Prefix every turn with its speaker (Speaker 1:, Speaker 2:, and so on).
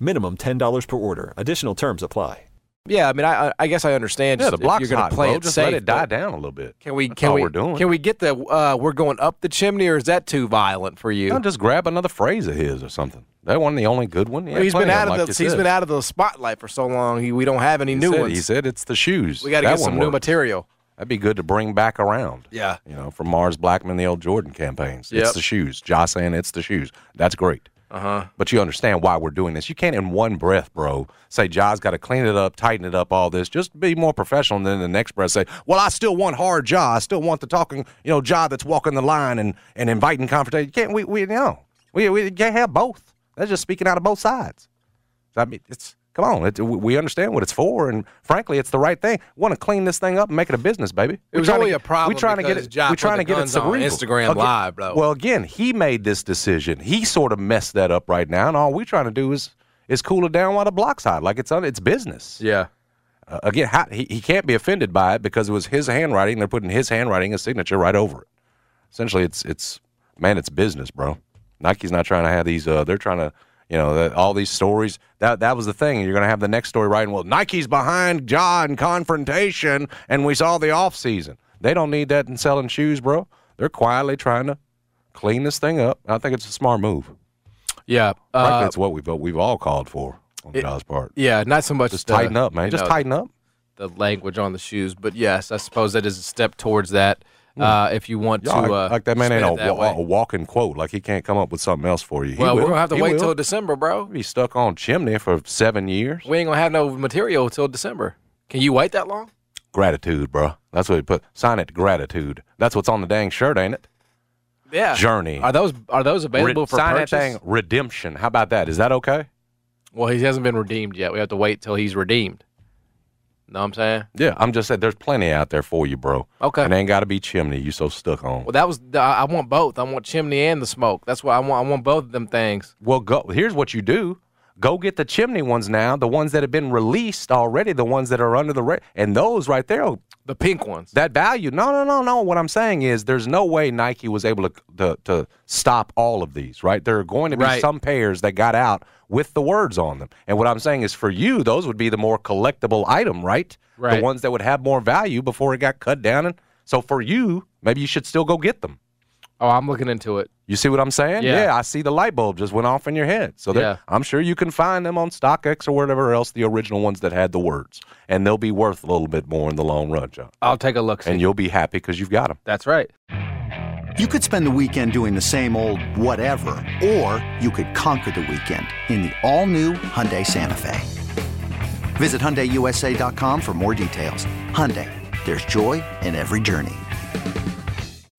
Speaker 1: Minimum $10 per order. Additional terms apply.
Speaker 2: Yeah, I mean, I I- I guess I understand.
Speaker 3: Yeah,
Speaker 2: just if
Speaker 3: the block's
Speaker 2: you're gonna
Speaker 3: hot,
Speaker 2: play
Speaker 3: bro.
Speaker 2: it
Speaker 3: Just
Speaker 2: safe.
Speaker 3: let it die
Speaker 2: but
Speaker 3: down a little bit.
Speaker 2: Can we?
Speaker 3: That's
Speaker 2: Can
Speaker 3: all
Speaker 2: we?
Speaker 3: We're doing.
Speaker 2: Can we get the? Uh, we're going up the chimney, or is that too violent for you?
Speaker 3: No, just grab another phrase of his or something. That one, the only good one. Yeah,
Speaker 2: he's
Speaker 3: plenty
Speaker 2: been out of
Speaker 3: them, like
Speaker 2: the.
Speaker 3: you
Speaker 2: He's
Speaker 3: said.
Speaker 2: been out of the spotlight for so long. He, we don't have any
Speaker 3: He
Speaker 2: new
Speaker 3: said-
Speaker 2: ones.
Speaker 3: He said it's the shoes.
Speaker 2: we got to
Speaker 3: That
Speaker 2: get some
Speaker 3: one
Speaker 2: new
Speaker 3: works.
Speaker 2: material.
Speaker 3: That'd be good to bring back around.
Speaker 2: Yeah.
Speaker 3: You know, from Mars Blackman, the old Jordan campaigns.
Speaker 2: Yep.
Speaker 3: It's the shoes. Josh saying it's the shoes. That's great.
Speaker 2: Uh huh.
Speaker 3: But you understand why we're doing this. You can't in one breath, bro, say Ja's got to clean it up, tighten it up, all this. Just be more professional. And then the next breath say, well, I still want hard Ja. I still want the talking, you know, Ja that's walking the line and, and inviting confrontation. You can't, we, we, no. We, we can't have both. That's just speaking out of both sides. I mean, it's, come on. It, we- we understand what it's for. And frankly, it's the right thing. want to clean this thing up and make it a business, baby.
Speaker 2: It was
Speaker 3: We're trying
Speaker 2: only
Speaker 3: to
Speaker 2: a problem
Speaker 3: We're trying to get
Speaker 2: because
Speaker 3: it.
Speaker 2: Ja
Speaker 3: we're
Speaker 2: put
Speaker 3: trying
Speaker 2: the
Speaker 3: to get it
Speaker 2: guns on
Speaker 3: cerebral.
Speaker 2: Instagram Live, bro.
Speaker 3: Well, again, he made this decision. He sort of messed that up right now, and all we're trying to do is is cool it down while the block's hot, like it's on it's business.
Speaker 2: Yeah.
Speaker 3: Uh, again, how, he he can't be offended by it because it was his handwriting. They're putting his handwriting, his signature, right over it. Essentially, it's it's man, it's business, bro. Nike's not trying to have these. Uh, they're trying to. You know that, all these stories. That that was the thing. You're going to have the next story writing. Well, Nike's behind John confrontation, and we saw the off season. They don't need that in selling shoes, bro. They're quietly trying to clean this thing up. I think it's a smart move.
Speaker 2: Yeah.
Speaker 3: Frankly,
Speaker 2: Uh,
Speaker 3: it's what we've we've all called for on John's part.
Speaker 2: yeah. Not so much.
Speaker 3: Just
Speaker 2: the-
Speaker 3: tighten up, man.
Speaker 2: you
Speaker 3: Just
Speaker 2: know,
Speaker 3: tighten up.
Speaker 2: the language on the shoes, but yes, I suppose that is a step towards that. Uh, if you want
Speaker 3: Yeah,
Speaker 2: to,
Speaker 3: like-
Speaker 2: uh,
Speaker 3: Hmm. like that man
Speaker 2: spin
Speaker 3: ain't
Speaker 2: it
Speaker 3: a,
Speaker 2: that
Speaker 3: wa-
Speaker 2: way.
Speaker 3: a walking quote. Like he can't come up with something else for you. He
Speaker 2: Well,
Speaker 3: will.
Speaker 2: we're gonna have to
Speaker 3: He
Speaker 2: wait
Speaker 3: will.
Speaker 2: till December, bro.
Speaker 3: be stuck on chimney for seven years.
Speaker 2: We ain't gonna have no material till December. Can you wait that long?
Speaker 3: Gratitude, bro. That's what he put. Sign it. Gratitude. That's what's on the dang shirt, ain't it?
Speaker 2: Yeah.
Speaker 3: Journey.
Speaker 2: Are those are those available
Speaker 3: Re-
Speaker 2: for
Speaker 3: sign
Speaker 2: purchase?
Speaker 3: that thing. Redemption. How about that? Is that okay?
Speaker 2: Well, he hasn't been redeemed yet. We have to wait till he's redeemed. Know what I'm saying?
Speaker 3: Yeah. I'm just saying. There's plenty out there for you, bro.
Speaker 2: Okay.
Speaker 3: And ain't got to be chimney. You so stuck on.
Speaker 2: Well, that was I I want both. I want chimney and the smoke. That's why I want. I want both of them things.
Speaker 3: Well, go. Here's what you do. Go get the chimney ones now. The ones that have been released already. The ones that are under the ra- and those right there will
Speaker 2: The pink ones.
Speaker 3: That value. No, no, no, no. What I'm saying is there's no way Nike was able to to, to stop all of these, right? There are going to be
Speaker 2: Right.
Speaker 3: some pairs that got out with the words on them. And what I'm saying is for you, those would be the more collectible item, right?
Speaker 2: Right.
Speaker 3: The ones that would have more value before it got cut down. And so for you, maybe you should still go get them.
Speaker 2: Oh, I'm looking into it.
Speaker 3: You see what I'm saying?
Speaker 2: Yeah.
Speaker 3: I see the light bulb just went off in your head. So there-
Speaker 2: Yeah.
Speaker 3: I'm sure you can find them on StockX or whatever else, the original ones that had the words. And they'll be worth a little bit more in the long run, John.
Speaker 2: I'll take a look.
Speaker 3: And
Speaker 2: See.
Speaker 3: you'll be happy because you've got them.
Speaker 2: That's right.
Speaker 4: You could spend the weekend doing the same old whatever, or you could conquer the weekend in the all-new Hyundai Santa Fe. Visit HyundaiUSA.com for more details. Hyundai, there's joy in every journey.